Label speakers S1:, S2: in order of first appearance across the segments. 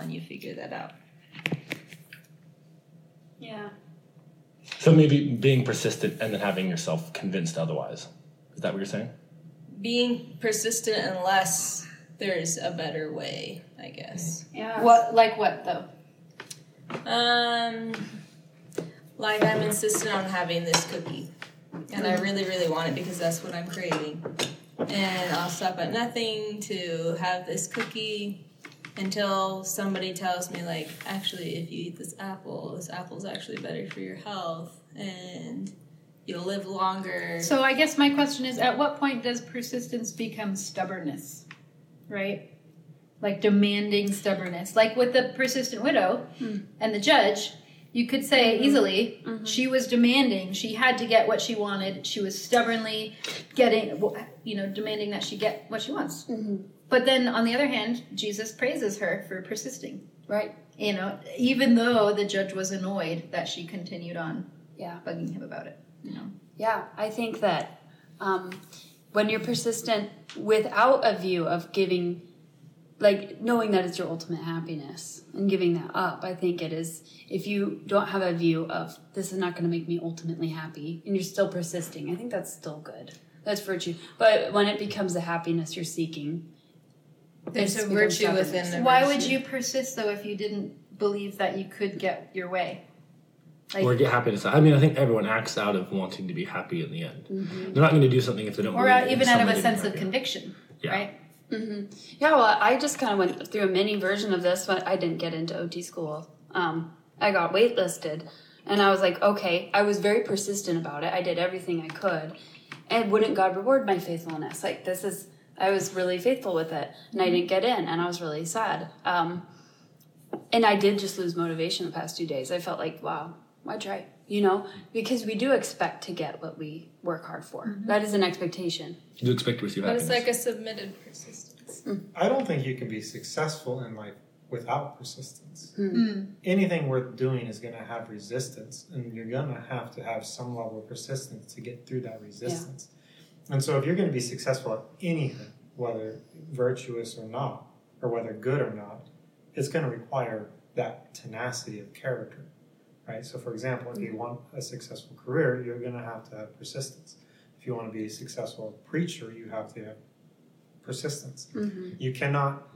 S1: and you figure that out.
S2: Yeah.
S3: So maybe being persistent and then having yourself convinced otherwise. Is that what you're saying?
S1: Being persistent unless there's a better way, I guess.
S2: Yeah.
S4: What like what though?
S1: Um, like I'm insistent on having this cookie, and I really, really want it because that's what I'm craving. And I'll stop at nothing to have this cookie until somebody tells me, like, actually, if you eat this apple, this apple's actually better for your health, and you'll live longer.
S4: So I guess my question is at what point does persistence become stubbornness? Right? Like demanding stubbornness. Like with the persistent widow
S2: Hmm.
S4: and the judge, you could say easily
S2: Mhm.
S4: she was demanding, she had to get what she wanted, she was stubbornly getting you know demanding that she get what she wants. But then on the other hand, Jesus praises her for persisting.
S2: Right.
S4: You know, even though the judge was annoyed that she continued on
S2: Yeah.
S4: bugging him about it, you know.
S2: Yeah. I think that um, when you're persistent
S5: without a view of giving like knowing that it's your ultimate happiness and giving that up i think it is if you don't have a view of this is not going to make me ultimately happy and you're still persisting i think that's still good that's virtue but when it becomes the happiness you're seeking
S1: There's
S5: It's
S1: a
S5: become
S1: virtue
S5: stubbornness.
S1: within the
S4: Why
S1: virtue.
S4: would you persist though if you didn't believe that you could get your way? Like,
S3: Or get happiness. I mean, I think everyone acts out of wanting to be happy in the end. They're not going to do something if they don't.
S4: Mm-hmm. or
S3: believe
S4: out,
S3: in
S4: even out of a
S3: somebody
S4: sense of
S3: happy.
S4: conviction,
S3: Yeah.
S4: right?
S5: Yeah, well, I just kind of went through a mini version of this when I didn't get into OT school. Um, I got waitlisted, and I was like, okay, I was very persistent about it. I did everything I could, and wouldn't God reward my faithfulness? Like this is, I was really faithful with it, and I didn't get in, and I was really sad. Um, and I did just lose motivation the past two days. I felt like, wow, why try? You know, because we do expect to get what we work hard for. That is an expectation.
S3: You expect to receive
S1: But it's
S3: happiness.
S1: like a submitted persistence.
S6: I don't think you can be successful in life without persistence.
S4: Mm.
S6: Anything worth doing is going to have resistance, and you're going to have to have some level of persistence to get through that resistance. And so, if you're going to be successful at anything, whether virtuous or not, or whether good or not, it's going to require that tenacity of character, right? So, for example, if you want a successful career, you're going to have to have persistence. If you want to be a successful preacher, you have to have persistence. You cannot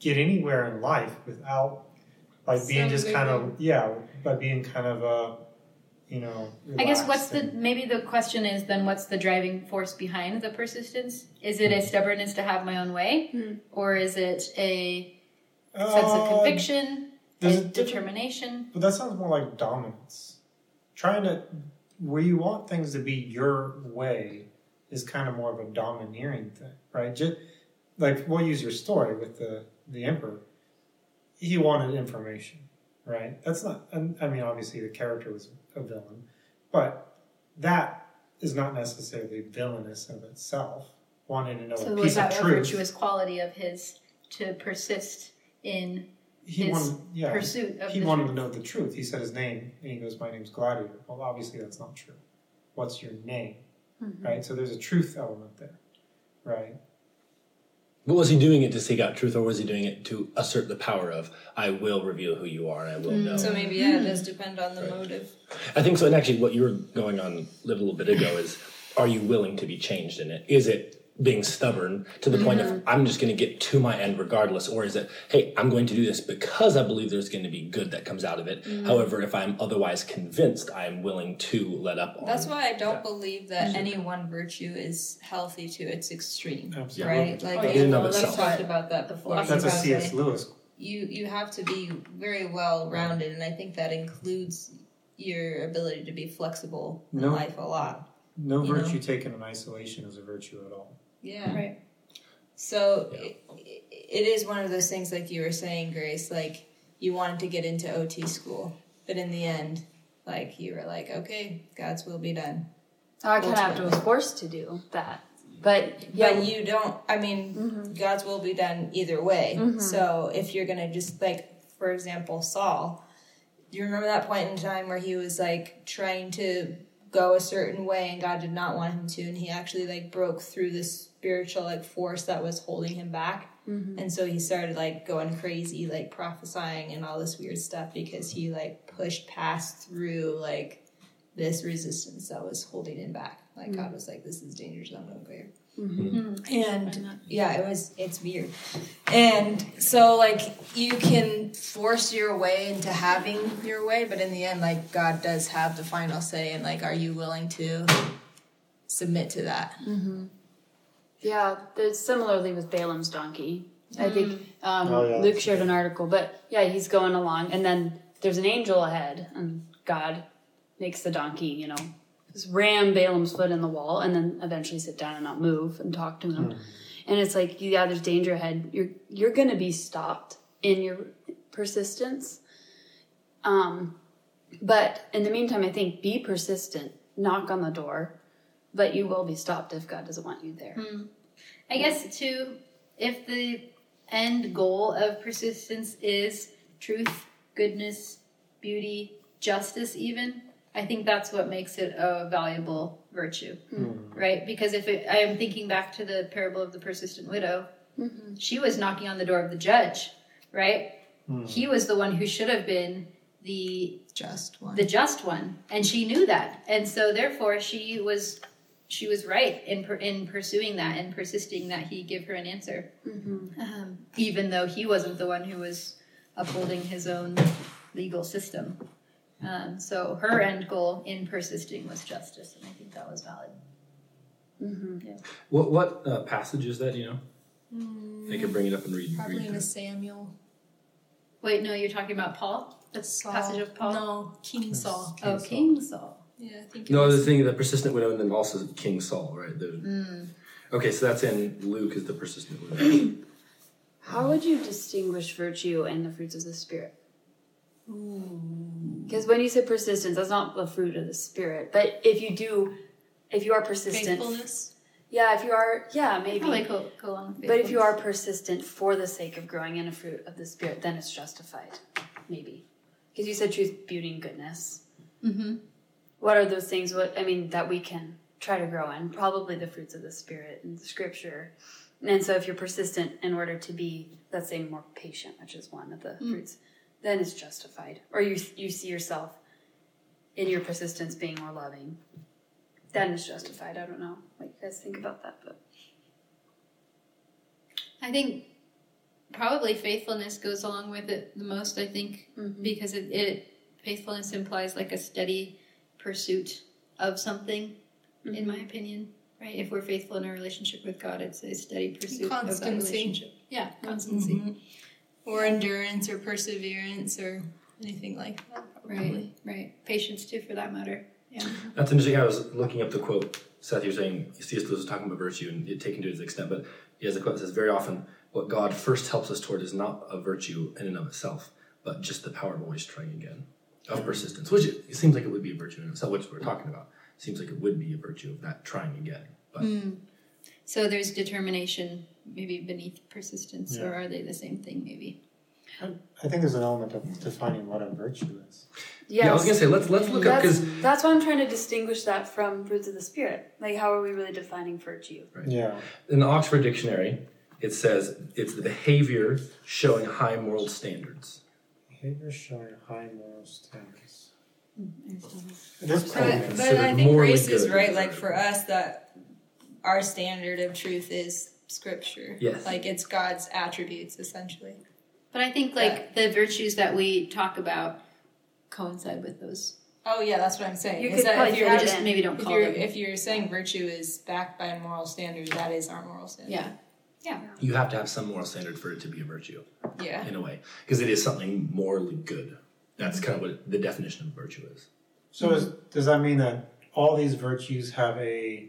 S6: get anywhere in life without by being
S1: Some
S6: just kind of yeah, by being kind of uh, you know.
S4: I guess
S6: relaxed
S4: what's the
S6: and-
S4: maybe the question is then what's the driving force behind the persistence? Is it
S6: Hmm.
S4: a stubbornness to have my own way,
S5: Mm.
S4: or is it a sense of
S6: Uh,
S4: conviction,
S6: there's a
S4: and
S6: different-
S4: determination?
S6: But that sounds more like dominance. Trying to where you want things to be your way is kind of more of a domineering thing, right? Just, like we'll use your story with the the emperor. He wanted information, right? That's not. I I mean, obviously the character was a villain, but that is not necessarily villainous of itself. Wanting to know
S4: So
S6: a
S4: was
S6: piece of
S4: that a
S6: truth.
S4: virtuous quality of his to persist in
S6: he
S4: his
S6: wanted, yeah.
S4: pursuit of
S6: he
S4: the
S6: wanted
S4: truth?
S6: to know the truth. He said his name, and he goes, "My name's Gladiator." Well, obviously that's not true. What's your name?
S4: Mm-hmm.
S6: Right. So there's a truth element there, right?
S3: But was he doing it to seek out truth, or was he doing it to assert the power of "I will reveal who you are and I will
S4: Mm.
S3: know"?
S1: So maybe yeah, it does depend on the motive.
S3: I think so. And actually, what you were going on a little bit ago is: Are you willing to be changed in it? Is it being stubborn to the point
S1: Mm-hmm.
S3: of I'm just going to get to my end regardless, or is it Hey, I'm going to do this because I believe there's going to be good that comes out of it.
S1: Mm-hmm.
S3: However, if I'm otherwise convinced, I'm willing to let up on.
S1: That's why I don't believe that any one virtue is healthy to its extreme,
S6: Absolutely.
S1: right? Like
S3: Oh, yeah.
S1: we
S3: In and of
S1: have
S3: itself.
S1: talked about that before.
S6: That's a
S1: You have
S6: C.S.
S1: to-
S6: Lewis.
S1: You you have to be very well rounded, and I think that includes your ability to be flexible in
S6: No.
S1: life a lot.
S6: No
S1: You know.
S6: virtue taken in isolation is a virtue at all.
S1: Yeah.
S4: Right.
S1: So
S3: Yeah.
S1: It, it is one of those things, like you were saying, Grace. Like you wanted to get into OT school, but in the end, like you were like, okay, God's will be done.
S5: I kind of have to
S1: Ultimately.
S5: was forced to do that, but yeah,
S1: but you don't i mean god's will be done either way so if you're gonna just like for example saul do you remember that point in time where he was like trying to go a certain way and God did not want him to and he actually like broke through this spiritual like force that was holding him back. And so he started like going crazy, like prophesying and all this weird stuff because he like pushed past through like this resistance that was holding him back. Like God was like, This is dangerous, I'm gonna go here. And yeah, it was it's weird. And so like you can force your way into having your way, but in the end, like God does have the final say and like are you willing to submit to that?
S5: Yeah, there's similarly with Balaam's donkey. I think um,
S6: Oh, yeah.
S5: Luke shared an article, but yeah, he's going along, and then there's an angel ahead, and God makes the donkey, you know, just ram Balaam's foot in the wall, and then eventually sit down and not move and talk to
S6: Hmm.
S5: him. And it's like, yeah, there's danger ahead. You're you're gonna be stopped in your persistence. Um, but in the meantime, I think be persistent. Knock on the door, but you will be stopped if God doesn't want you there.
S4: I guess too, if the end goal of persistence is truth, goodness, beauty, justice, even I think that's what makes it a valuable virtue, right? Because if it, I am thinking back to the parable of the persistent widow, she was knocking on the door of the judge, right? He was the one who should have been the
S1: Just one.
S4: the just one and she knew that and so therefore she was she was right in per, in pursuing that and persisting that he give her an answer
S5: Mm-hmm.
S4: um, even though he wasn't the one who was upholding his own legal system um, so her end goal in persisting was justice and i think that was valid
S3: What what uh, passage is that? do You know, I could bring it up and read.
S1: Probably
S3: read
S1: in
S3: through
S1: a
S3: it.
S1: Samuel.
S4: wait no you're talking about paul
S1: That's Saul.
S4: passage of Paul?
S1: No, King Saul.
S4: oh king saul
S1: Yeah, I think. it
S3: No,
S1: was-
S3: the thing the persistent widow, and then also King Saul, right? The,
S1: Mm.
S3: Okay, so that's in Luke is the persistent widow.
S5: How would you distinguish virtue and the fruits of the spirit? Because when you say persistence, that's not the fruit of the spirit. But if you do, if you are persistent,
S1: faithfulness.
S5: yeah, if you are, yeah, maybe.
S4: probably go, go along with
S5: but if you are
S4: faithfulness.
S5: persistent for the sake of growing in a fruit of the spirit, then it's justified, maybe. Because you said truth, beauty, and goodness. Mm-hmm. What are those things? What I mean that we can try to grow in? Probably the fruits of the spirit and the scripture. And so, if you're persistent in order to be, let's say, more patient, which is one of the
S3: Mm.
S5: fruits, then it's justified. Or you you see yourself in your persistence being more loving, then it's justified. I don't know what you guys think about that, but
S4: I think probably faithfulness goes along with it the most. I think because it, it faithfulness implies like a steady pursuit of something. In my opinion, right? If we're faithful in our relationship with God, it's a steady pursuit of that
S1: Constancy. Mm-hmm.
S4: relationship. Yeah, constancy.
S1: Or endurance or perseverance or anything like that.
S4: Right, right. Patience too, for that matter. Yeah.
S3: that's interesting. I was looking up the quote. Seth, you're saying C.S. Lewis was talking about virtue and it taken to his extent, but he has a quote that says, "Very often, what God first helps us toward is not a virtue in and of itself, but just the power of always trying again, of persistence." Which it, it seems like it would be a virtue in itself, which we're talking about. Seems like it would be a virtue of that trying again, but
S4: So there's determination, maybe beneath persistence, or are they the same thing? Maybe.
S6: I think there's an element of defining what a virtue is.
S3: yeah, I was gonna say let's let's look up
S5: That's,
S3: because
S5: that's why I'm trying to distinguish that from fruits of the spirit. Like, how are we really defining virtue?
S6: Yeah.
S3: in the Oxford Dictionary, it says it's the behavior showing high moral standards.
S6: Behavior showing high moral standards. There's probably-
S1: But, but
S3: Considered
S1: I think
S3: morally
S1: Grace is
S3: good.
S1: right. Like for us, that our standard of truth is Scripture.
S3: Yes.
S1: Like it's God's attributes essentially.
S4: But I think like the virtues that we talk about coincide with those.
S1: Oh yeah, that's what I'm saying.
S5: You
S1: is
S5: could
S1: that
S5: probably
S1: if you're
S5: add
S4: We
S5: Yeah,
S4: just
S5: then.
S4: maybe don't
S1: if
S4: call
S1: you're
S4: them.
S1: if you're saying virtue is backed by moral standards, that is our moral standard.
S4: Yeah. Yeah.
S3: You have to have some moral standard for it to be a virtue,
S1: Yeah.
S3: in a way, because it is something morally good. That's kind of what the definition of virtue is.
S6: So is, does that mean that all these virtues have a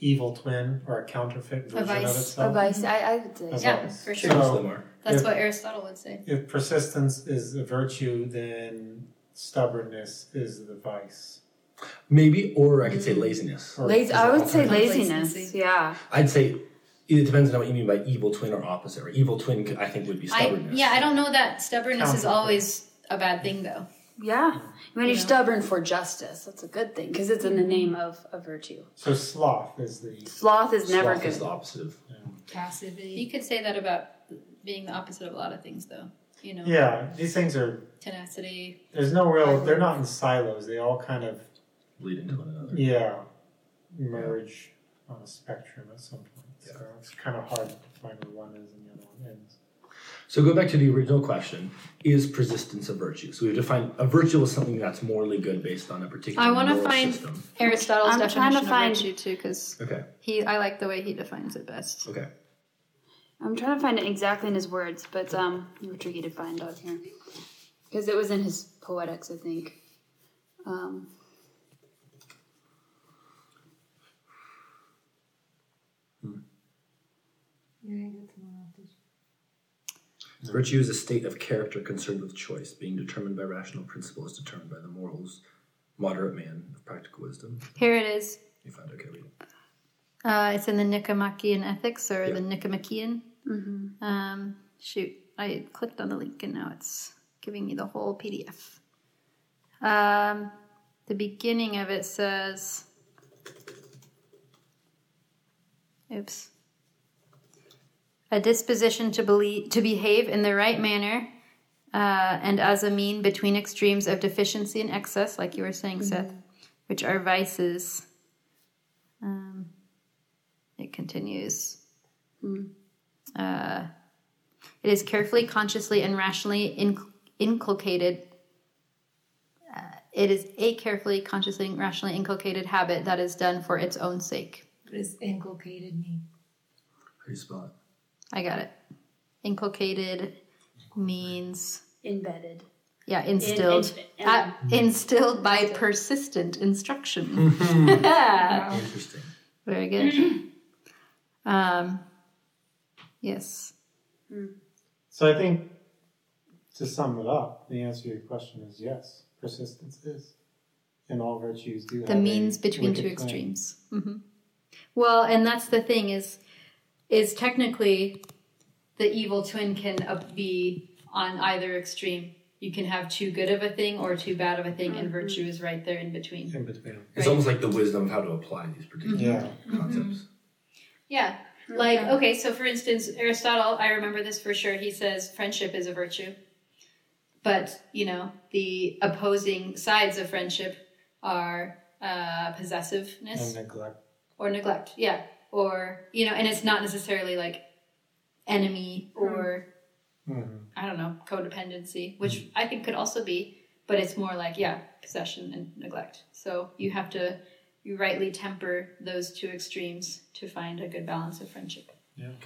S6: evil twin or a counterfeit version of
S4: vice.
S2: Oh.
S6: itself?
S5: I, I would say.
S6: As
S4: Yeah,
S6: always.
S4: for
S3: Most of
S6: So-
S3: them are.
S4: That's
S6: Yeah.
S4: what Aristotle would say.
S6: If persistence is the virtue, then stubbornness is the vice.
S3: Maybe, or I could say laziness.
S6: Or is
S5: Lazy,
S6: it
S5: I would say
S6: alternate?
S5: laziness.
S4: Complacency.
S5: Yeah.
S3: I'd say it depends on what you mean by evil twin or opposite. Or evil twin, could- I think, would be
S4: I
S3: stubbornness.
S4: yeah, I don't know that stubbornness is
S6: Counterfeit.
S4: always a bad thing though.
S2: Yeah. When
S1: You
S2: you're
S1: know?
S2: stubborn for justice, that's a good thing because it's in the
S5: Mm-hmm.
S2: name of a virtue.
S6: So sloth is the
S2: Sloth is never
S3: Sloth
S2: good.
S3: is the opposite of
S4: You
S5: Passivity.
S4: could say that about being the opposite of a lot of things, though. You know,
S6: yeah. These things are
S4: tenacity.
S6: there's no real. They're not in silos. They all kind of
S3: leading to one
S4: Mm-hmm.
S3: another.
S6: yeah merge on a spectrum at some point. So it's kind of hard to find where one is and the other one ends.
S3: So go back to the original question: Is persistence a virtue? So we define a virtue as something that's morally good based on a particular.
S4: I wanna
S3: moral
S4: find-
S3: system.
S4: Aristotle's
S2: I'm trying
S4: definition
S2: to
S4: of
S2: find-
S4: virtue too, because
S3: Okay.
S4: he I like the way he defines it best.
S3: Okay.
S2: I'm trying to find it exactly in his words, but um, they were tricky to find out here because it was in his poetics, I think. Um,
S3: Virtue is a state of character concerned with choice, being determined by rational principles, determined by the morals, moderate man of practical wisdom.
S4: Here it is.
S3: You find okay reading.
S4: Uh, it's in the Nicomachean Ethics or the
S3: Yeah.
S4: Nicomachean. Mm-hmm. Um, shoot, I clicked on the link and now it's giving me the whole PDF. Um, the beginning of it says, "Oops." A disposition to believe to behave in the right manner, uh, and as a mean between extremes of deficiency and excess, like you were saying, Seth, which are vices. Um, it continues. Hmm. Uh, it is carefully, consciously, and rationally inc- inculcated. Uh, it is a carefully, consciously, and rationally inculcated habit that is done for its own sake.
S7: What does inculcated mean?
S3: How do you spell it?
S4: I got it. Inculcated means,
S5: Embedded.
S4: yeah, instilled.
S5: In- in-
S4: Uh, instilled by persistent
S5: Hmm.
S4: instruction.
S3: Interesting.
S4: Very good. um, yes.
S6: So I think to sum it up, the answer to your question is yes. Persistence is, and all virtues do.
S4: the
S6: have a
S4: means between two
S6: wicked claim.
S4: extremes. hmm Well, and that's the thing is, is technically, the evil twin can up- be on either extreme. You can have too good of a thing or too bad of a thing, and virtue is right there in between.
S6: In between.
S3: It's
S4: Right. Mm-hmm.
S3: almost like the wisdom of how to apply these particular
S6: Yeah.
S3: concepts.
S4: Yeah. Like, okay, so for instance, Aristotle, I remember this for sure, he says friendship is a virtue. But, you know, the opposing sides of friendship are uh, possessiveness.
S6: And neglect.
S4: or neglect yeah or you know and it's not necessarily like enemy or
S6: Mhm.
S4: i don't know codependency which i think could also be but it's more like yeah possession and neglect so you have to you rightly temper those two extremes to find a good balance of friendship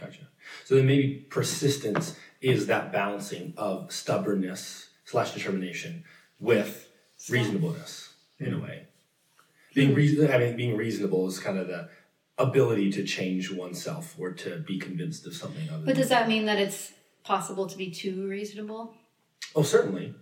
S3: Gotcha. So then maybe persistence is that balancing of stubbornness slash determination with reasonableness in a way. Being reason, I mean, being reasonable is kind of the ability to change oneself or to be convinced of something other.
S4: but
S3: than
S4: does that mean that it's possible to be too reasonable
S3: Oh, certainly.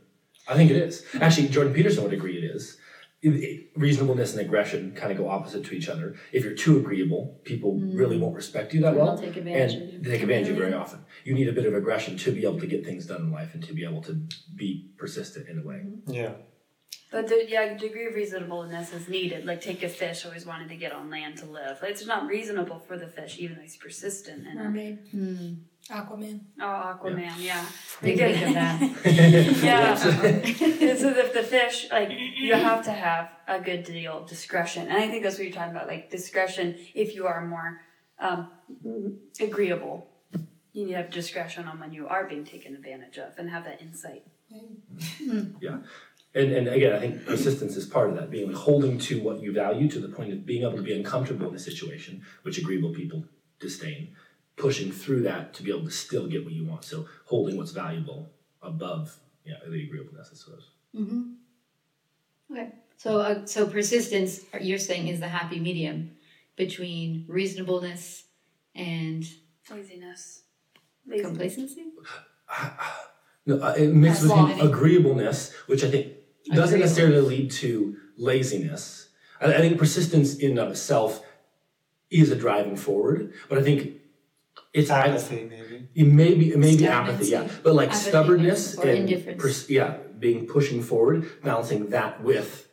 S3: I think it is. Actually, Jordan Peterson would agree it is. It- it- Reasonableness and aggression kind of go opposite to each other. If you're too agreeable, people really won't respect you that
S4: They'll
S3: well.
S4: Mm. take advantage
S3: and
S4: of you. Mm-hmm.
S3: They take advantage of you very often. You need a bit of aggression to be able to get things done in life and to be able to be persistent in a way.
S6: Yeah.
S2: But the yeah, degree of reasonableness is needed. Like take a fish always wanted to get on land to live. Like, it's not reasonable for the fish, even though he's persistent
S1: Mm-hmm.
S2: and
S7: Mermaid. Aquaman.
S2: oh Aquaman, yeah.
S4: Didn't think of that.
S2: yeah. it's as if the fish like you have to have a good deal of discretion. And I think that's what you're talking about, like discretion if you are more um, agreeable. You need to have discretion on when you are being taken advantage of and have that insight.
S3: Yeah. And, and again, I think persistence is part of that, being holding to what you value to the point of being able to be uncomfortable in a situation, which agreeable people disdain, pushing through that to be able to still get what you want. So holding what's valuable above yeah, the agreeableness, I suppose.
S4: Okay. So, uh, so persistence, you're saying, is the happy medium between reasonableness and
S2: Laziness.
S4: complacency.
S3: No, uh, it mixed with
S1: Quality.
S3: agreeableness, which I think doesn't necessarily lead to laziness. I, I think persistence in and of itself is a driving forward, but I think It's I-
S6: apathy, maybe.
S3: You maybe maybe apathy,
S1: Stagnancy.
S3: yeah, but like
S4: Apathy
S3: stubbornness
S4: or
S3: and
S4: indifference.
S3: pers- yeah, being pushing forward, balancing that with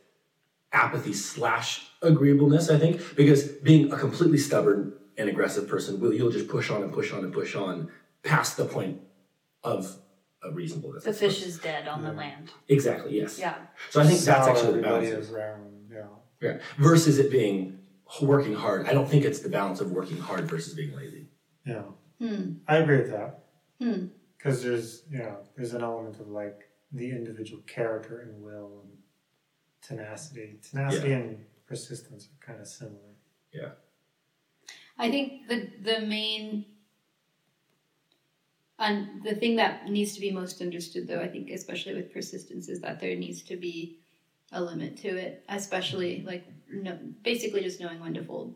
S3: apathy slash agreeableness. I think because being a completely stubborn and aggressive person will you'll just push on and push on and push on past the point of a reasonableness.
S5: The fish is dead on the land.
S3: exactly yes.
S5: Yeah.
S3: So I think that's
S6: Sour
S3: actually the
S6: everybody
S3: balance.
S6: around, yeah.
S3: Yeah. Versus it being h- working hard. I don't think it's the balance of working hard versus being lazy.
S6: Yeah.
S4: Hmm.
S6: I agree with that.
S4: Hmm.
S6: Because there's, you know, there's an element of like the individual character and will and tenacity. Tenacity and persistence are kind of similar.
S4: I think the the main un, the thing that needs to be most understood though I think especially with persistence is that there needs to be a limit to it especially like no, basically just knowing when to fold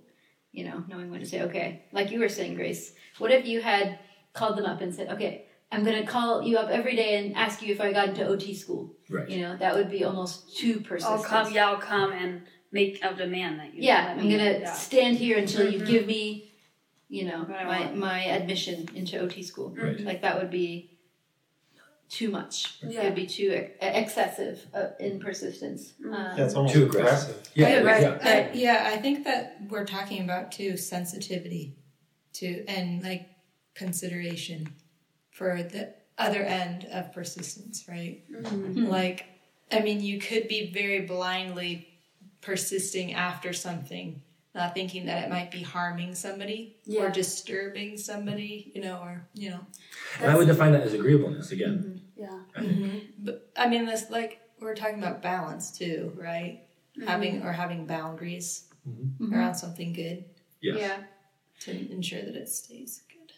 S4: you know knowing when to say okay like you were saying Grace what if you had called them up and said okay I'm going to call you up every day and ask you if I got into OT school
S3: Right.
S4: you know that would be almost too persistent
S5: I'll come. Yeah, I'll come and make a demand that you.
S4: yeah,
S5: let
S4: I'm
S5: me-
S4: gonna
S5: yeah.
S4: stand here until you
S5: Mhm.
S4: give me, you know,
S5: What I
S4: my
S5: want. Mm-hmm.
S4: my admission into OT school.
S3: Right.
S4: Like that would be too much. It
S1: Yeah.
S4: would be too ex- excessive uh, in persistence.
S5: Mm.
S4: Um,
S6: Yeah, it's almost
S3: Too aggressive.
S6: aggressive.
S3: Yeah.
S4: Yeah, right.
S3: yeah.
S4: Right.
S1: I, yeah, I think that we're talking about too sensitivity to and like consideration for the other end of persistence, right? Like I mean, you could be very blindly persisting after something, not thinking that it might be harming somebody
S8: Yeah.
S1: or disturbing somebody, you know, or you know.
S3: And I would define that as agreeableness again.
S4: Mm-hmm.
S8: Yeah.
S1: But I mean, this like we're talking about balance too, right? Having or having boundaries around something good
S3: Yes.
S4: Yeah.
S1: to ensure that it stays good.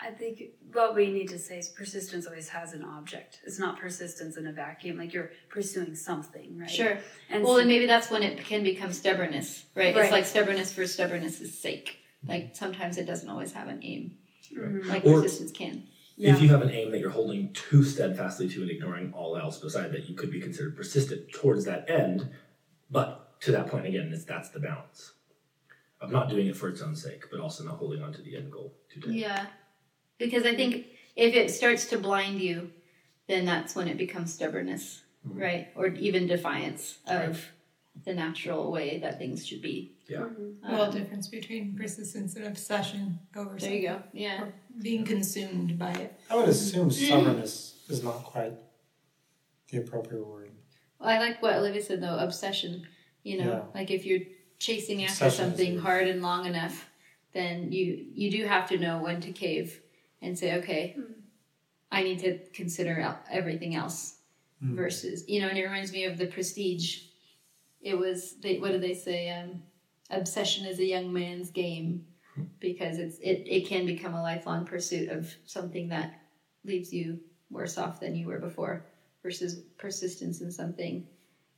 S5: I think what we need to say is persistence always has an object. It's not persistence in a vacuum. Like you're pursuing something, right?
S4: Sure.
S5: And
S4: Well,
S5: so-
S4: and maybe that's when it can become stubbornness, right?
S5: Right.
S4: It's like stubbornness for stubbornness' sake. Like sometimes it doesn't always have an aim,
S5: Mm-hmm.
S4: like
S3: Or-
S4: persistence can.
S5: Yeah.
S3: If you have an aim that you're holding too steadfastly to and ignoring all else beside that, you could be considered persistent towards that end. But to that point again, it's, that's the balance of not doing it for its own sake, but also not holding on to the end goal too tightly.
S4: Yeah. Because I think if it starts to blind you, then that's when it becomes stubbornness, right? Or even defiance of the natural way that things should be. Um,
S3: Yeah.
S7: Um,
S1: well, difference between persistence and obsession over
S4: There you go. Yeah.
S1: being consumed by it.
S6: I would assume
S4: Mm.
S6: stubbornness is not quite the appropriate word.
S4: Well, I like what Olivia said though obsession. You know,
S6: Yeah.
S4: like if you're chasing after
S6: Obsession is
S4: something
S6: good.
S4: hard and long enough, then you you do have to know when to cave and say, okay, I need to consider el- everything else. Versus, you know, and it reminds me of the Prestige. It was they, what do they say? Um, obsession is a young man's game because it's it, it can become a lifelong pursuit of something that leaves you worse off than you were before versus persistence in something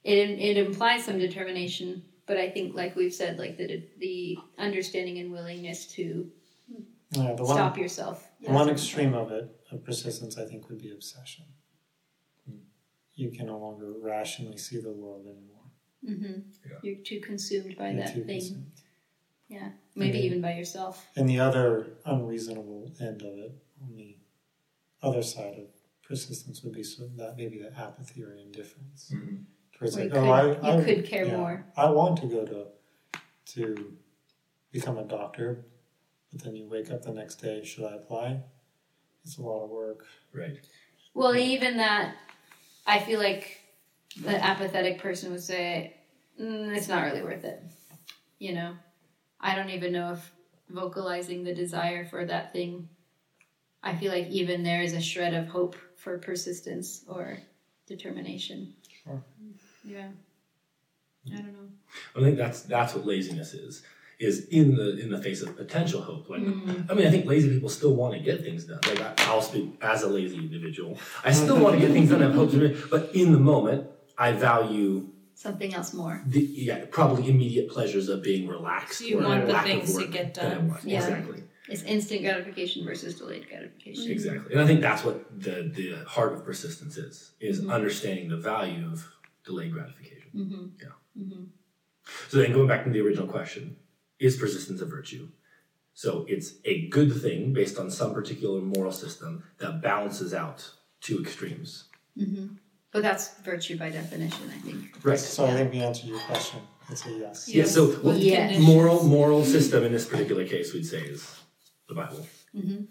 S4: it it implies some determination but i think like we've said like the the understanding and willingness to
S6: Yeah, the one,
S4: stop yourself
S6: the one extreme of it, of persistence, I think would be obsession.
S4: Hmm.
S6: You can no longer rationally see the world anymore.
S4: hmm
S3: Yeah.
S4: you're too consumed by
S6: You're
S4: that
S6: too
S4: thing
S6: consumed.
S4: yeah maybe
S6: Mhm.
S4: even by yourself
S6: and the other unreasonable end of it on the other side of persistence would be so that maybe the apathy or indifference
S3: Mhm.
S6: towards
S4: Or you
S6: like
S4: could-
S6: oh I,
S4: you
S6: I
S4: could care more.
S6: I want to go to to become a doctor but then you wake up the next day should I apply it's a lot of work
S3: Right.
S4: well even that i feel like the apathetic person would say mm, it's not really worth it you know i don't even know if vocalizing the desire for that thing i feel like even there is a shred of hope for persistence or determination
S6: Sure.
S4: yeah i don't know
S3: I think that's that's what laziness is. Is in the in the face of potential hope. Like, I mean, I think lazy people still want to get things done. Like, I, I'll speak as a lazy individual. I still want to get things done. I have hopes, but in the moment, I value
S4: something else more
S3: the, yeah, probably immediate pleasures of being relaxed.
S1: You
S3: or
S1: want the
S3: lack of
S1: things to
S3: work
S1: get
S3: that I
S1: done.
S3: want.
S4: Yeah.
S3: Exactly.
S4: it's instant gratification versus delayed
S1: Mm-hmm.
S4: gratification
S3: Exactly. And I think that's what the, the heart of persistence is, is
S1: Mm-hmm.
S3: understanding the value of delayed gratification.
S4: mm-hmm.
S3: So then going back to the original question, is persistence a virtue? So it's a good thing based on some particular moral system that balances out two extremes.
S4: But that's virtue by definition, I think.
S3: Right.
S6: So I think we answered your question. It's a yes.
S3: Yeah, so
S4: With
S3: what
S4: conditions.
S3: moral moral system in this particular case we'd say is the Bible.
S4: Mhm.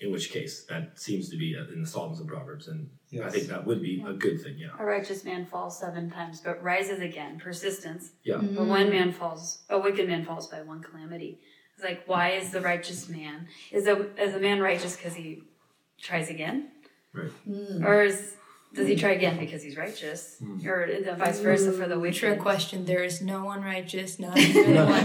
S3: In which case that seems to be in the Psalms and Proverbs, and I
S6: Yes.
S3: think that would be a good thing. Yeah.
S2: A righteous man falls seven times, but rises again. Persistence.
S3: Yeah.
S5: Mm.
S2: But one man falls, a wicked man falls by one calamity. It's like, why is the righteous man is a is a man righteous because he tries again,
S3: Right.
S7: Mm.
S2: or is does he try again because he's righteous, or the vice versa for the wicked?
S7: Mm. Trick question. There is no one righteous, not even one.
S3: Yeah.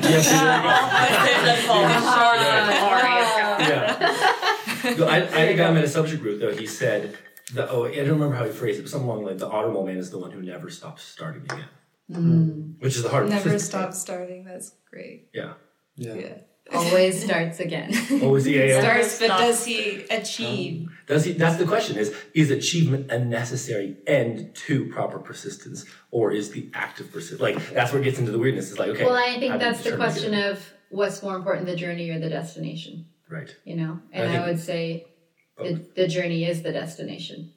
S3: No, I, I think I'm in a subject group though. He said, the, "Oh, I don't remember how he phrased it, but something along like the honorable man is the one who never stops starting again," which is the hard.
S7: Never stop starting. That's great.
S3: Yeah.
S6: Yeah.
S7: Yeah.
S4: Always starts again.
S3: What was the yeah.
S7: Starts, but does he achieve?
S3: Does he, that's the question is, is achievement a necessary end to proper persistence or is the act of persistence? Like, that's where it gets into the weirdness. It's like, okay.
S4: Well, I think
S3: I've
S4: that's the
S3: determined
S4: question
S3: it.
S4: of what's more important, the journey or the destination,
S3: Right.
S4: you know? And
S3: I
S4: I,
S3: think-
S4: would say the, the journey is the destination.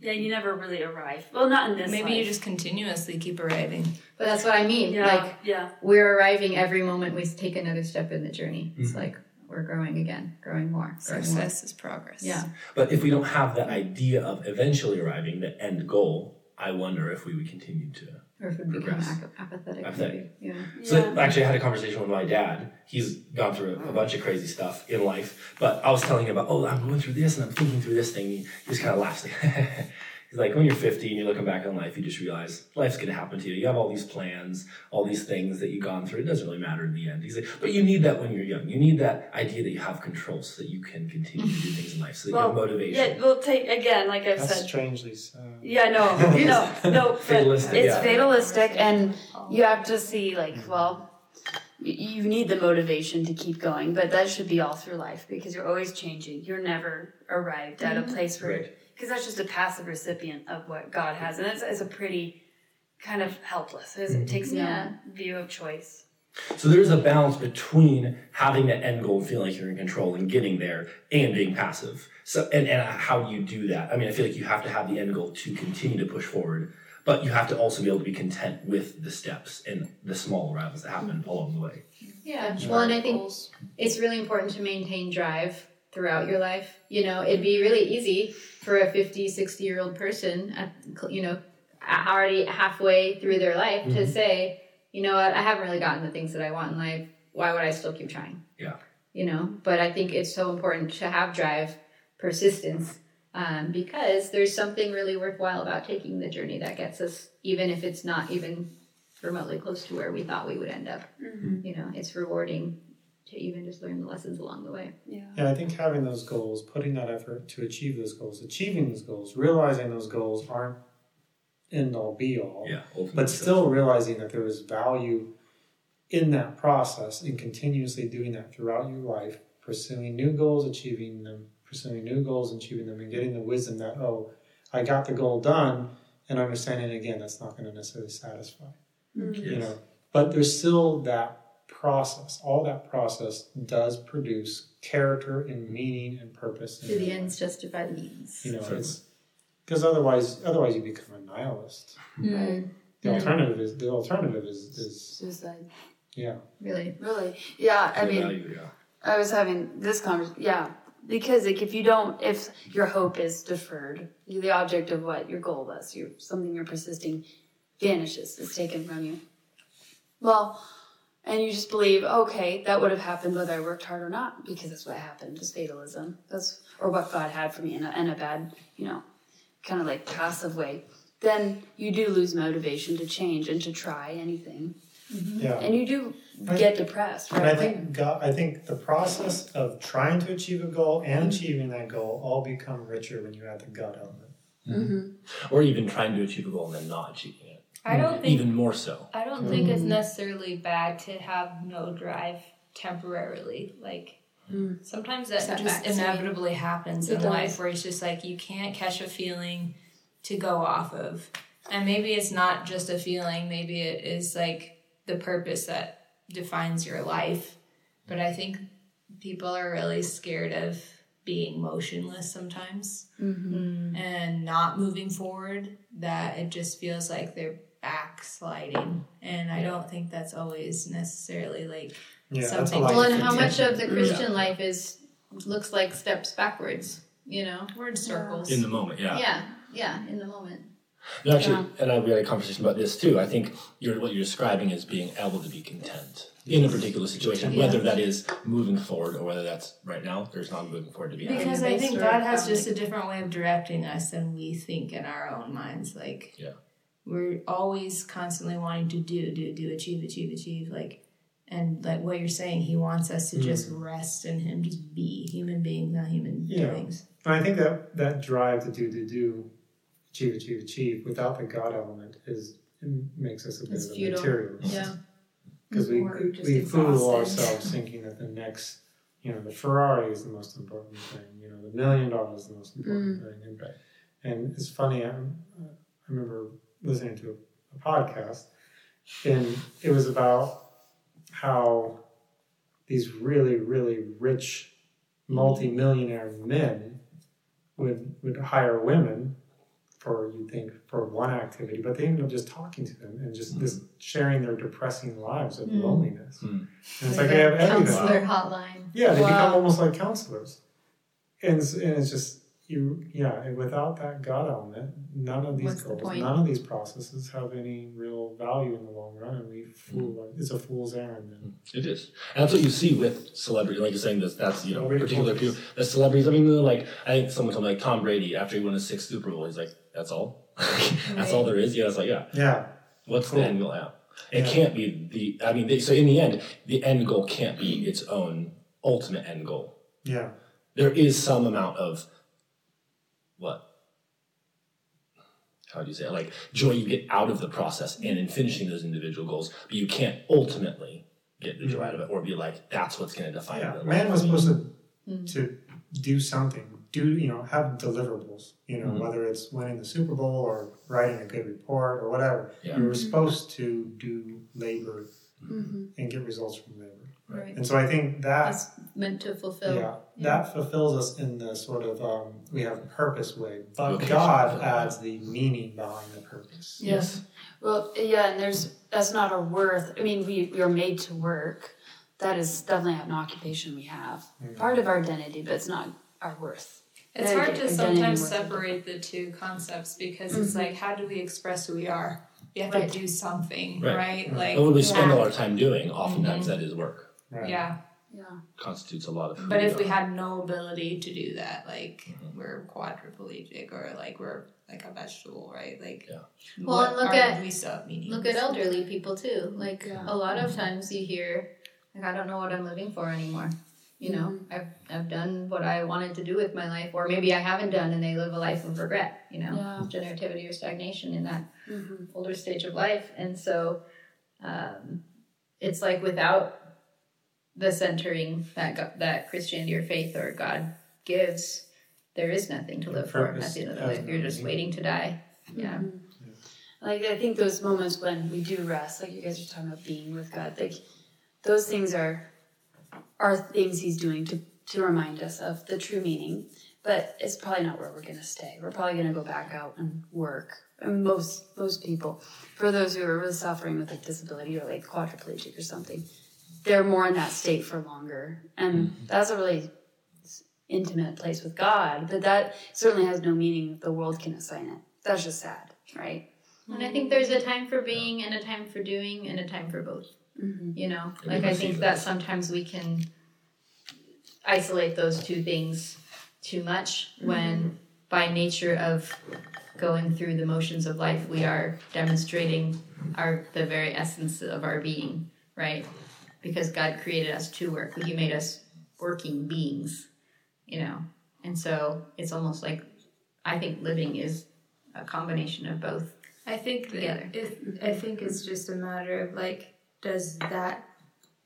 S2: Yeah, you never really arrive. Well, not
S5: Um,
S2: in this.
S7: Maybe you
S2: life.
S7: just continuously keep arriving.
S4: But that's what I mean.
S2: yeah,
S4: Like,
S2: yeah.
S4: we're arriving every moment we take another step in the journey.
S3: Mm-hmm.
S4: It's like we're growing again, growing more, growing more.
S7: Success is progress.
S4: Yeah.
S3: But if we don't have that idea of eventually arriving, the end goal, I wonder if we would continue to.
S4: Or if we become
S3: Progress.
S4: ap- apathetic.
S3: Apathetic.
S4: Maybe. Yeah.
S3: So actually, I had a conversation with my dad. He's gone through a, a bunch of crazy stuff in life, but I was telling him about, oh, I'm going through this and I'm thinking through this thing. He, he just kind of laughs. Like, He's like, when you're 50 and you're looking back on life, you just realize life's going to happen to you. You have all these plans, all these things that you've gone through. It doesn't really matter in the end. He's like, but you need that when you're young. You need that idea that you have control so that you can continue to do things in life, so that you have motivation.
S2: Yeah, well, take again, like I've
S6: That's
S2: said.
S6: strangely so.
S2: Yeah, no, no, no.
S3: Fatalistic,
S2: It's
S3: yeah.
S2: fatalistic,
S5: and you have to see like well y- you need the motivation to keep going but that should be all through life because you're always changing you're never arrived at a place where
S3: Right.
S2: because that's just a passive recipient of what god has and it's, it's a pretty kind of helpless It's-
S3: Mm-hmm.
S2: it takes
S4: Yeah.
S2: no view of choice
S3: So there is a balance between having that end goal and feeling like you're in control and getting there and being passive. So and, and how do you do that? I mean, I feel like you have to have the end goal to continue to push forward, but you have to also be able to be content with the steps and the small arrivals that happen along the way.
S4: Yeah. Well, and I think it's really important to maintain drive throughout your life. You know, it'd be really easy for a 50, 60 year old person, at, you know, a- already halfway through their life to say, you know what, I haven't really gotten the things that I want in life. Why would I still keep trying?
S3: Yeah.
S4: You know, but I think it's so important to have drive, persistence, um, because there's something really worthwhile about taking the journey that gets us, even if it's not even remotely close to where we thought we would end up. You know, it's rewarding to even just learn the lessons along the way.
S6: Yeah, I think having those goals, putting that effort to achieve those goals, achieving those goals, realizing those goals aren't end all be all,
S3: Yeah. ultimately.
S6: but still realizing that there was value in that process and continuously doing that throughout your life, pursuing new goals, achieving them, pursuing new goals, achieving them, and getting the wisdom that, oh, I got the goal done, and understanding again that's not going to necessarily satisfy you
S3: Yes.
S6: know but there's still that process all that process does produce character and meaning and purpose in
S4: Do the
S6: your
S4: ends
S6: life.
S4: justify the means?
S6: you know it's because otherwise otherwise you become a nihilist the alternative is the alternative is, is
S5: suicide
S6: yeah
S4: Really?
S5: really yeah i
S3: The
S5: mean
S3: value, yeah.
S5: I was having this conversation. Yeah, because like if you don't, if your hope is deferred, you- the object of what your goal was, your something you're persisting, vanishes. It's taken from you. Well, and you just believe, okay, that would have happened whether I worked hard or not, because that's what happened. Just fatalism. That's or what God had for me in a, in a bad, you know, kind of like passive way. Then you do lose motivation to change and to try anything,
S4: Mm-hmm.
S6: yeah
S5: and you do
S6: I-
S5: get depressed. Right?
S6: And I think God, I think the process of trying to achieve a goal and achieving that goal all become richer when you add the God element.
S3: Or even trying to achieve a goal and then not achieving it.
S1: I don't think
S3: Even more so.
S1: I don't think it's necessarily bad to have no drive temporarily. Like sometimes that
S7: Setbacks, I mean.
S1: just inevitably happens in
S5: does.
S1: life where it's just like you can't catch a feeling to go off of. And maybe it's not just a feeling, maybe it is like the purpose that defines your life. But I think people are really scared of being motionless sometimes and not moving forward that it just feels like they're backsliding. And I don't think that's always necessarily like
S6: Yeah, that's a
S1: Something.
S6: lot.
S1: Like
S4: Well,
S6: of
S4: and how much
S6: contention.
S4: of the Christian life is looks like steps backwards? You know.
S1: we're in circles.
S3: in the moment. Yeah.
S4: Yeah. Yeah. In the moment.
S3: No, actually, and I've had a conversation about this too. I think you're, what you're describing is being able to be content in a particular situation, whether that is moving forward or whether that's right now. There's not moving forward to be happy.
S1: Because I
S4: Based
S1: think
S4: or
S1: God has just a
S4: founded.
S1: different way of directing us than we think in our own minds. Like,
S3: Yeah.
S1: we're always constantly wanting to do, do, do, achieve, achieve, achieve. Like, and like what you're saying, He wants us
S3: Mm-hmm.
S1: to just rest in Him, just be human beings, not human
S6: Yeah.
S1: doings.
S6: And I think that that drive to do, do, do, achieve, achieve, achieve, without the God element is makes us a bit
S4: It's
S6: of a
S4: futile.
S6: materialist.
S4: Yeah.
S6: Because we
S1: Or just
S6: we fool
S1: exhausted.
S6: ourselves thinking that the next, you know, the Ferrari is the most important thing. You know, the million dollars is the most
S4: Mm.
S6: important thing. And, and it's funny. I, I remember listening to a, a podcast, and it was about how these really, really rich, multi-millionaire men would would hire women for you would think for one activity, but they ended up just talking to them and just this sharing their depressing lives of
S4: Mm.
S6: loneliness.
S3: Mm.
S6: And it's like they have everything.
S4: counselor hotline.
S6: Yeah, they become
S5: Wow.
S6: almost like counselors. And, it's- and it's just you yeah, and without that God element, none of these
S4: What's the
S6: goals,
S4: point?
S6: none of these processes have any real value in the long run and we fool it's a fool's errand then.
S3: It is. And that's what you see with celebrities. Like you're saying, that's, that's you know,
S6: Celebrity
S3: particular
S6: focus.
S3: people. The celebrities, I mean, they're like, I think someone told me, like, Tom Brady, after he won his sixth Super Bowl, he's like, that's all? that's all there is? Yeah, it's like, yeah.
S6: Yeah.
S3: What's
S6: Cool.
S3: the end goal? Yeah. It
S6: Yeah.
S3: can't be the, I mean, they, so in the end, the end goal can't be its own ultimate end goal.
S6: Yeah.
S3: there is some amount of what how do you say it? like joy you get out of the process and in finishing those individual goals but you can't ultimately get the joy out of it or be like that's what's going to define
S6: Mm-hmm. Yeah,
S3: it
S6: man was supposed to to do something, do you know, have deliverables. You know, whether it's winning the Super Bowl or writing a good report or whatever.
S3: Yeah.
S6: We were supposed to do labor
S5: Mm-hmm.
S6: and get results from labor.
S4: Right.
S6: And so I think that
S4: That's meant to fulfill.
S6: yeah, that fulfills us in the sort of um, we have purpose way, but
S3: Vocation.
S6: God adds the meaning behind the purpose.
S3: yes
S5: Well, yeah, and there's that's not a worth. I mean, we we are made to work. That is definitely an occupation we have, part of our identity, but it's not our worth.
S1: It's
S5: Yeah,
S1: hard to
S5: identity
S1: sometimes
S5: worth.
S1: separate the two concepts because it's like, how do we express who we are? We have
S5: Right.
S1: to do something,
S3: Right.
S1: right?
S3: And
S1: Like,
S3: what we spend all our time doing oftentimes
S1: Mm-hmm.
S3: that is work
S6: Right.
S1: yeah.
S5: Yeah.
S3: constitutes a lot of who
S1: But
S3: we
S1: if we
S3: are.
S1: had no ability to do that, like we're quadriplegic or like we're like a vegetable, right? Like,
S3: Yeah.
S4: Well,
S1: what
S4: and look
S1: are
S4: at-
S1: we still have meaning?
S4: Look at elderly people too. Like
S5: Yeah.
S4: a lot of times you hear, like I don't know what I'm living for anymore. You know,
S5: Mm-hmm.
S4: I've I've done what I wanted to do with my life, or maybe I haven't done, and they live a life of regret. You know,
S5: Yeah.
S4: generativity or stagnation in that
S5: Mhm.
S4: older stage of life, and so um, it's like without the centering that go- that Christianity or faith or God gives, there is nothing to live for at
S6: Purpose
S4: the end of the
S6: has
S4: life.
S6: no
S4: You're just
S6: meaning.
S4: waiting to die.
S5: Mm-hmm.
S4: Yeah.
S5: Like I think those moments when we do rest, like you guys are talking about being with God, like those things are are things He's doing to to remind us of the true meaning. But it's probably not where we're gonna stay. We're probably gonna go back out and work. And most most people, for those who are really suffering with a disability or like quadriplegic or something, they're more in that state for longer, and that's a really intimate place with God. But that certainly has no meaning. The world can assign it. That's just sad, right?
S4: And I think there's a time for being and a time for doing and a time for both. You know,
S3: And we
S4: like I
S3: must see
S4: think that sometimes we can isolate those two things too much when by nature of going through the motions of life we are demonstrating our the very essence of our being, right? Because God created us to work. He made us working beings, you know. And so it's almost like I think living is a combination of both.
S1: I think
S4: together.
S1: that if, I think it's just a matter of like, does that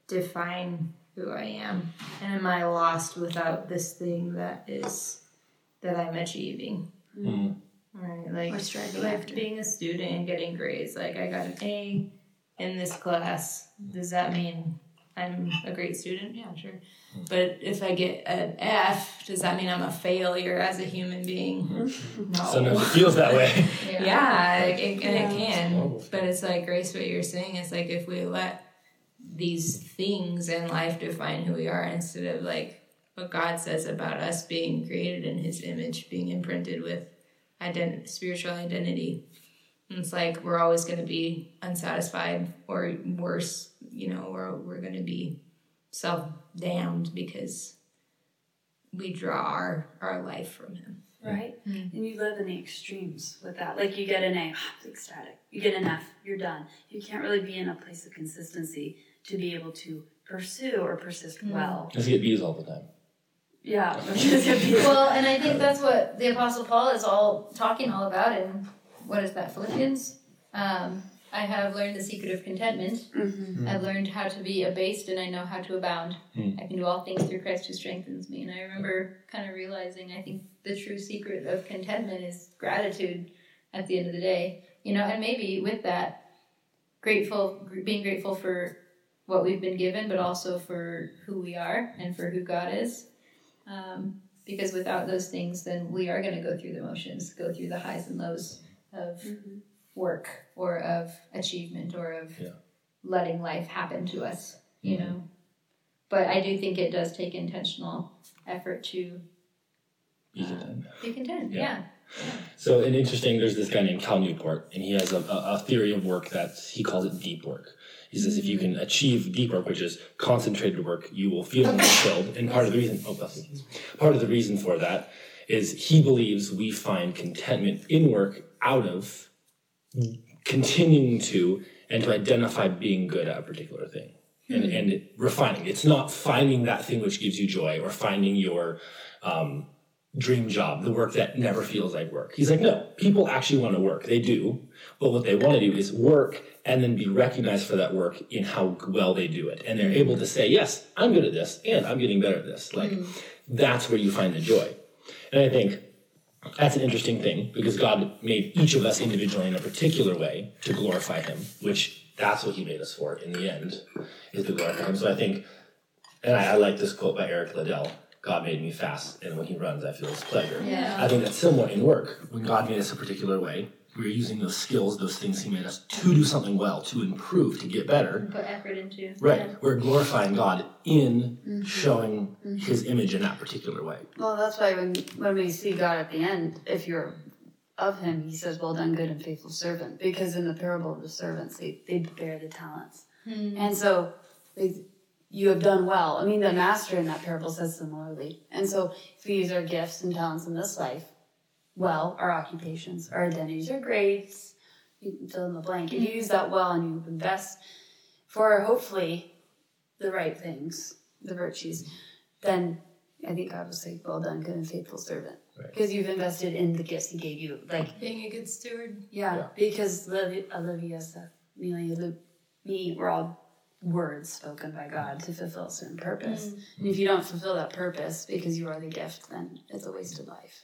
S1: define who I am, and am I lost without this thing that is that I'm achieving?
S3: Mhm.
S1: Right, like
S4: Or striving
S1: like
S4: after.
S1: being a student and getting grades. Like I got an A in this class. Does that mean I'm a great student, yeah, sure. But if I get an F, does that mean I'm a failure as a human being? No.
S3: Sometimes it feels that way.
S1: Yeah, it, it- and it can.
S6: horrible.
S1: But it's like Grace, what you're saying is like if we let these things in life define who we are instead of like what God says about us being created in His image, being imprinted with ident- spiritual identity. And It's like we're always going to be unsatisfied, or worse, you know, we're we're going to be self damned because we draw our our life from Him.
S5: right? And you live in the extremes with that. Like you get an A, ah, ecstatic. You get an F, you're done. You can't really be in a place of consistency to be able to pursue or persist well.
S3: Does get views all the time?
S5: Yeah. well,
S4: well, and I think that's what the Apostle Paul is all talking all about in what is that Philippians? Um, I have learned the secret of contentment. I've learned how to be abased, and I know how to abound. I can do all things through Christ who strengthens me. And I remember kind of realizing I think the true secret of contentment is gratitude. At the end of the day, you know, and maybe with that, grateful, being grateful for what we've been given, but also for who we are and for who God is. Um, because without those things then we are going to go through the motions go through the highs and lows of work or of achievement or of
S3: Yeah. Mm-hmm.
S4: letting life happen to us you know but i do think it does take intentional effort to
S3: Be content.
S4: be content
S3: Yeah.
S4: yeah,
S3: So, an interesting, there's this guy named Cal Newport, and he has a, a, a theory of work that he calls it deep work. He says if you can achieve deep work, which is concentrated work, you will feel more fulfilled. And part of the reason, oh, bless you. part of the reason for that is he believes we find contentment in work out of continuing to and to identify being good at a particular thing and, and refining. It's not finding that thing which gives you joy or finding your um, dream job, the work that never feels like work. He's like, no, people actually want to work. They do. But what they want to do is work and then be recognized for that work in how well they do it. And they're able to say, yes, I'm good at this and I'm getting better at this. Like, that's where you find the joy. And I think that's an interesting thing because God made each of us individually in a particular way to glorify Him, which that's what He made us for in the end, is to glorify Him. So I think, and I, I like this quote by Eric Liddell God made me fast, and when He runs, I feel His pleasure.
S4: Yeah.
S3: I think that's similar in work. When God made us a particular way, we're using those skills, those things He made us to do something well, to improve, to get better.
S4: put effort into
S3: Right. We're glorifying God in showing His image in that particular way.
S5: that's why when, when we see God at the end, if you're of him, he says, Well done, good and faithful servant. Because in the parable of the servants, they, they bear the talents. And so they, you have done well. I mean, the master in that parable says similarly. And so if we use our gifts and talents in this life, well, our occupations, our identities, our grades, you can fill in the blank. If you use that well and you invest for hopefully the right things, the virtues, then I think God will say, Well done, good and faithful servant.
S3: Right.
S5: Because you've invested in the gifts he gave you. Like
S9: Being a good steward.
S5: yeah,
S3: Yeah.
S5: because Liv- Olivia, Seth, Amelia, Luke, me, we're all words spoken by God to fulfill a certain purpose. And if you don't fulfill that purpose because you are the gift, then it's a waste of life.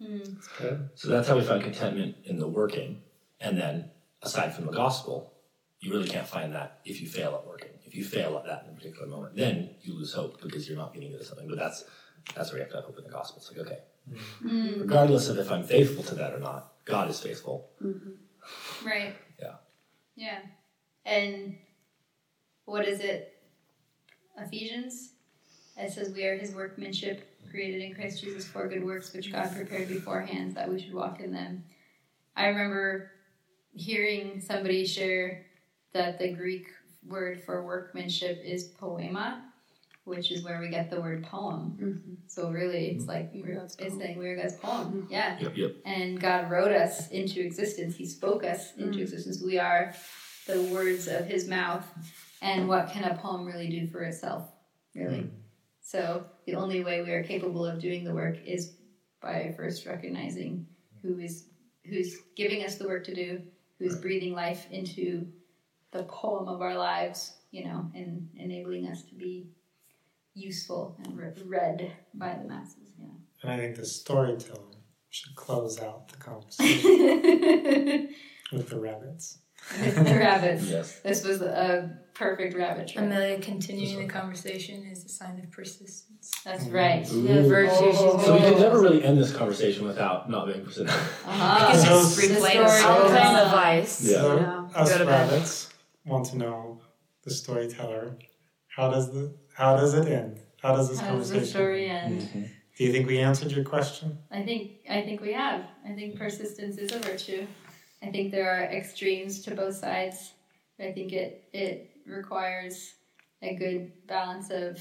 S4: Mm.
S3: So that's how we find contentment in the working. And then, aside from the gospel, you really can't find that if you fail at working. If you fail at that in a particular moment, then you lose hope because you're not getting into something. But that's that's where you have to have hope in the gospel. It's like okay,
S9: Mm-hmm.
S3: regardless of if I'm faithful to that or not, God is faithful.
S4: Right.
S3: Yeah.
S4: Yeah. And what is it? Ephesians? It says, We are his workmanship, created in Christ Jesus for good works, which God prepared beforehand that we should walk in them. I remember hearing somebody share that the Greek word for workmanship is poema, which is where we get the word poem. So, really, it's like
S5: Mm-hmm. We're God's
S4: it's
S5: poem. Mm-hmm.
S4: saying we're God's poem. Yeah
S3: Yep, yep.
S4: and God wrote us into existence. He spoke us into existence. We are the words of His mouth. And what can a poem really do for itself? Really. So the only way we are capable of doing the work is by first recognizing who is who's giving us the work to do, who's breathing life into the poem of our lives, you know, and enabling us to be useful and re- read by the masses.
S6: And I think the storyteller should close out the conversation
S4: Yeah.
S6: with the rabbits.
S7: the rabbits.
S3: Yes.
S7: This was a perfect rabbit trap.
S1: Amelia continuing the conversation is a sign of persistence.
S7: That's right.
S3: Ooh.
S7: The virtue she's
S3: So we
S7: doing.
S3: could never really end this conversation without not being presented.
S7: Uh-huh.
S6: So-
S7: Just
S1: replay
S7: replay
S1: the
S7: the
S1: story.
S7: story.
S2: All kinds
S7: Uh,
S2: of vice.
S3: Yeah.
S6: So
S2: Yeah.
S6: us
S2: Go to bed.
S6: rabbits want to know the storyteller. How does the how does it end? How does this
S4: How does
S6: conversation?
S4: the story end?
S6: Do you think we answered your question?
S4: I think I think we have. I think persistence is a virtue. I think there are extremes to both sides. I think it it requires a good balance of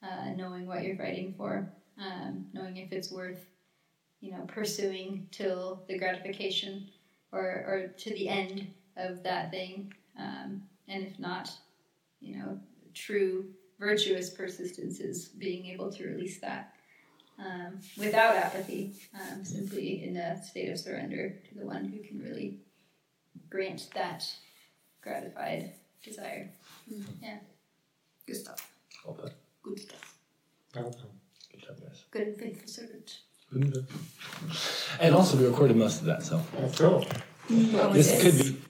S4: uh, knowing what you're fighting for, um, knowing if it's worth you know pursuing till the gratification or or to the end of that thing, um, and if not, you know, true virtuous persistence is being able to release that um, without apathy, um, simply in a state of surrender to the one who can really grant that gratified desire. Yeah. Mm-hmm. Good stuff.
S3: Well done.
S4: Good stuff.
S6: Well,
S3: Good job, guys.
S4: Good and faithful servant.
S3: And also, we recorded most of that, so
S6: That's cool.
S7: Oh,
S3: this could be